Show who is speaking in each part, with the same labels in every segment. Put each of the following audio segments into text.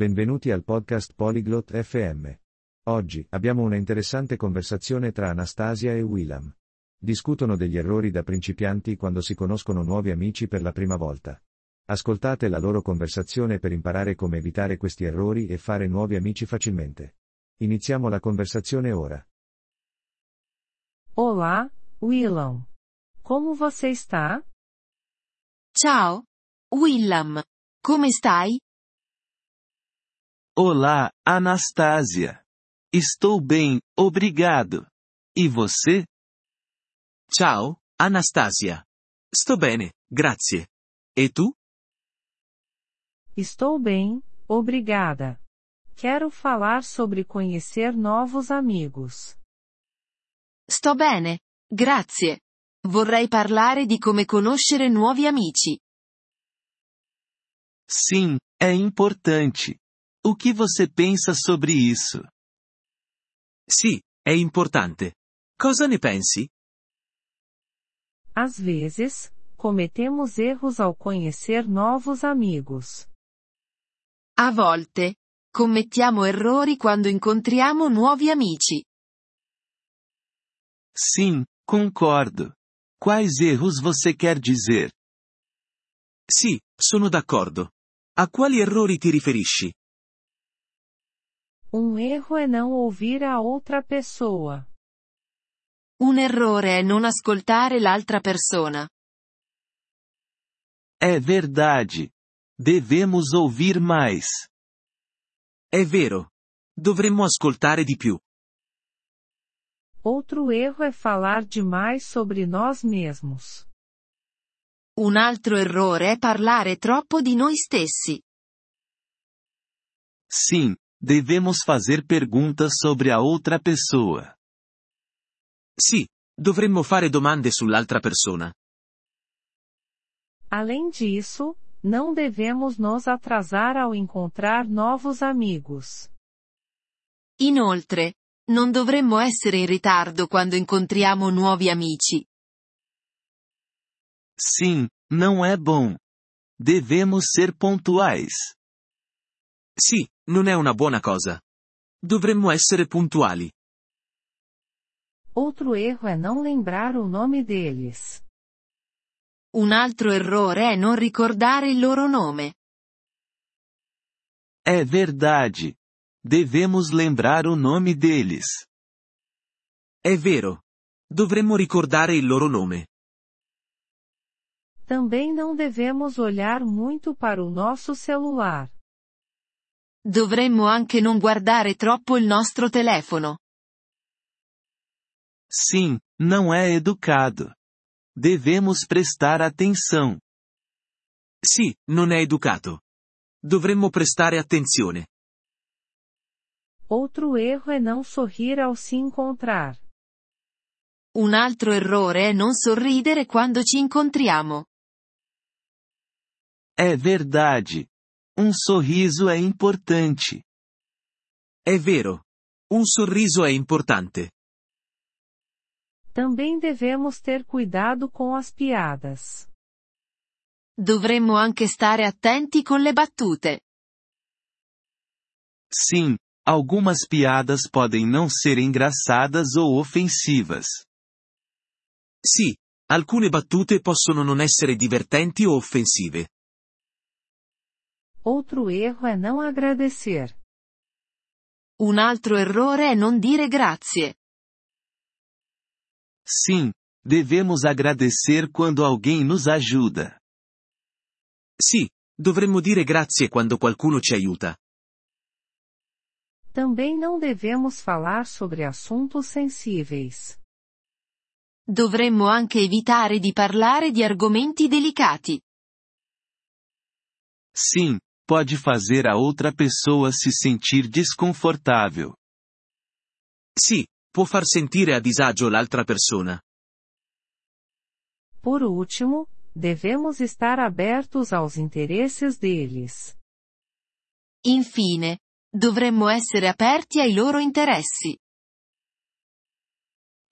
Speaker 1: Benvenuti al podcast Polyglot FM. Oggi abbiamo una interessante conversazione tra Anastasia e Willam. Discutono degli errori da principianti quando si conoscono nuovi amici per la prima volta. Ascoltate la loro conversazione per imparare come evitare questi errori e fare nuovi amici facilmente. Iniziamo la conversazione ora.
Speaker 2: Olá, Willam. Como você está?
Speaker 3: Ciao. Willam. Come stai?
Speaker 4: Olá, Anastasia. Estou bem, obrigado. E você?
Speaker 5: Ciao, Anastasia. Sto bene, grazie. E tu?
Speaker 2: Estou bem, obrigada. Quero falar sobre conhecer novos amigos.
Speaker 3: Sto bene. Grazie. Vorrei parlare di come conoscere nuovi amici.
Speaker 4: Sim, é importante. O que você pensa sobre isso? é
Speaker 5: Sì, è importante. Cosa ne pensi?
Speaker 2: Às vezes, cometemos erros ao conhecer novos amigos.
Speaker 3: A volte, commettiamo errori quando incontriamo nuovi amici.
Speaker 4: Sim, concordo. Quais erros você quer dizer?
Speaker 5: Sì, sono d'accordo. A quali errori ti riferisci?
Speaker 2: Um erro é não ouvir a outra pessoa.
Speaker 3: Un errore è non ascoltare l'altra persona.
Speaker 4: É verdade. Devemos ouvir mais.
Speaker 5: È É vero. Dovremmo ascoltare di più.
Speaker 2: Outro erro é falar demais sobre nós mesmos.
Speaker 3: Un altro errore è parlare troppo di noi stessi.
Speaker 4: Sim, devemos fazer perguntas sobre a outra pessoa.
Speaker 5: Sì, dovremmo fare domande sull'altra persona.
Speaker 2: Além disso, não devemos nos atrasar ao encontrar novos amigos.
Speaker 3: Inoltre, non dovremmo essere in ritardo quando incontriamo nuovi amici.
Speaker 4: Sim, não é bom. Devemos ser pontuais.
Speaker 5: Sì, non è una buona cosa. Dovremmo essere puntuali.
Speaker 2: Outro erro é não lembrar o nome deles.
Speaker 3: Un altro errore è non ricordare il loro nome.
Speaker 4: É verdade. Devemos lembrar o nome deles.
Speaker 5: È É vero. Dovremmo ricordare il loro nome.
Speaker 2: Também não devemos olhar muito para o nosso celular.
Speaker 3: Dovremmo anche non guardare troppo il nostro telefono.
Speaker 4: Sim, não é educado. Devemos prestar atenção.
Speaker 5: Sì, non è educato. Dovremmo prestare attenzione.
Speaker 2: Outro erro é não sorrir ao se encontrar.
Speaker 3: Un altro errore è non sorridere quando ci incontriamo.
Speaker 4: É verdade. Um sorriso é importante.
Speaker 5: È vero. Un sorriso è importante.
Speaker 2: Também devemos ter cuidado com as piadas.
Speaker 3: Dovremmo anche stare attenti con le battute.
Speaker 4: Sim, algumas piadas podem não ser engraçadas ou ofensivas.
Speaker 5: Sì, alcune battute possono non essere divertenti o offensive.
Speaker 2: Outro erro é não agradecer.
Speaker 3: Un altro errore è non dire grazie.
Speaker 4: Sim, devemos agradecer quando alguém nos ajuda.
Speaker 5: Sì, dovremmo dire grazie quando qualcuno ci aiuta.
Speaker 2: Também não devemos falar sobre assuntos sensíveis.
Speaker 3: Dovremmo anche evitare di parlare di argomenti delicati.
Speaker 4: Sim, pode fazer a outra pessoa se sentir desconfortável.
Speaker 5: Sì, può far sentire a disagio l'altra persona.
Speaker 2: Por último, devemos estar abertos aos interesses deles.
Speaker 3: Infine, dovremmo essere aperti ai loro interessi.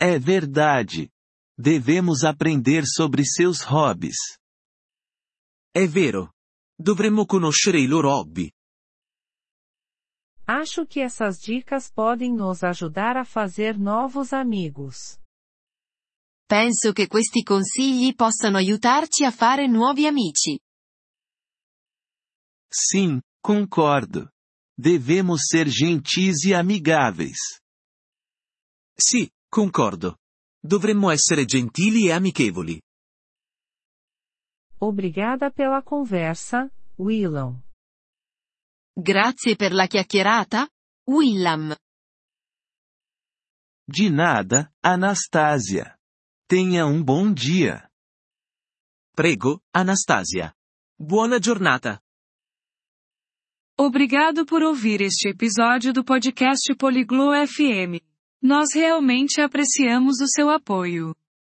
Speaker 4: É verdade. Devemos aprender sobre seus hobbies.
Speaker 5: É È vero. Dovremmo conoscere i loro hobby.
Speaker 2: Acho que essas dicas podem nos ajudar a fazer novos amigos.
Speaker 3: Penso che questi consigli possano aiutarci a fare nuovi amici.
Speaker 4: Sim, concordo. Devemos ser gentis e amigáveis.
Speaker 5: Sì, concordo. Dovremmo essere gentili e amichevoli.
Speaker 2: Obrigada pela conversa, Willam.
Speaker 3: Grazie per la chiacchierata, Willam.
Speaker 4: De nada, Anastasia. Tenha um bom dia.
Speaker 5: Prego, Anastasia. Buona giornata.
Speaker 6: Obrigado por ouvir este episódio do podcast Poliglo FM. Nós realmente apreciamos o seu apoio.